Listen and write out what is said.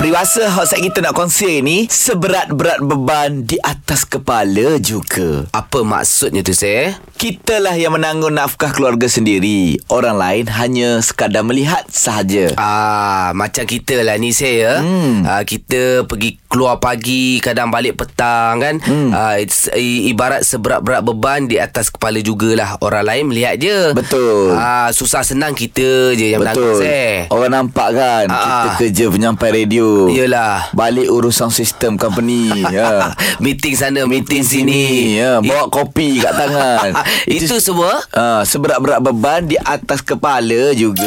Peribahasa hot set kita nak kongsi ni Seberat-berat beban di atas kepala juga Apa maksudnya tu saya? Kitalah yang menanggung nafkah keluarga sendiri Orang lain hanya sekadar melihat sahaja Ah, macam kita lah ni saya. Hmm. Ah, kita pergi keluar pagi, kadang balik petang kan. Hmm. Ah, it's, i, ibarat seberat-berat beban di atas kepala jugalah. Orang lain melihat je. Betul. Ah, susah senang kita je yang menanggung saya. Orang nampak kan Ah. Ya. Kita kerja penyampai radio Yelah. Balik urusan sistem company ya. meeting sana, meeting, Meeting sini. ah, sini ya. Bawa kopi kat tangan Itu semua Ah, Seberat-berat beban di atas kepala juga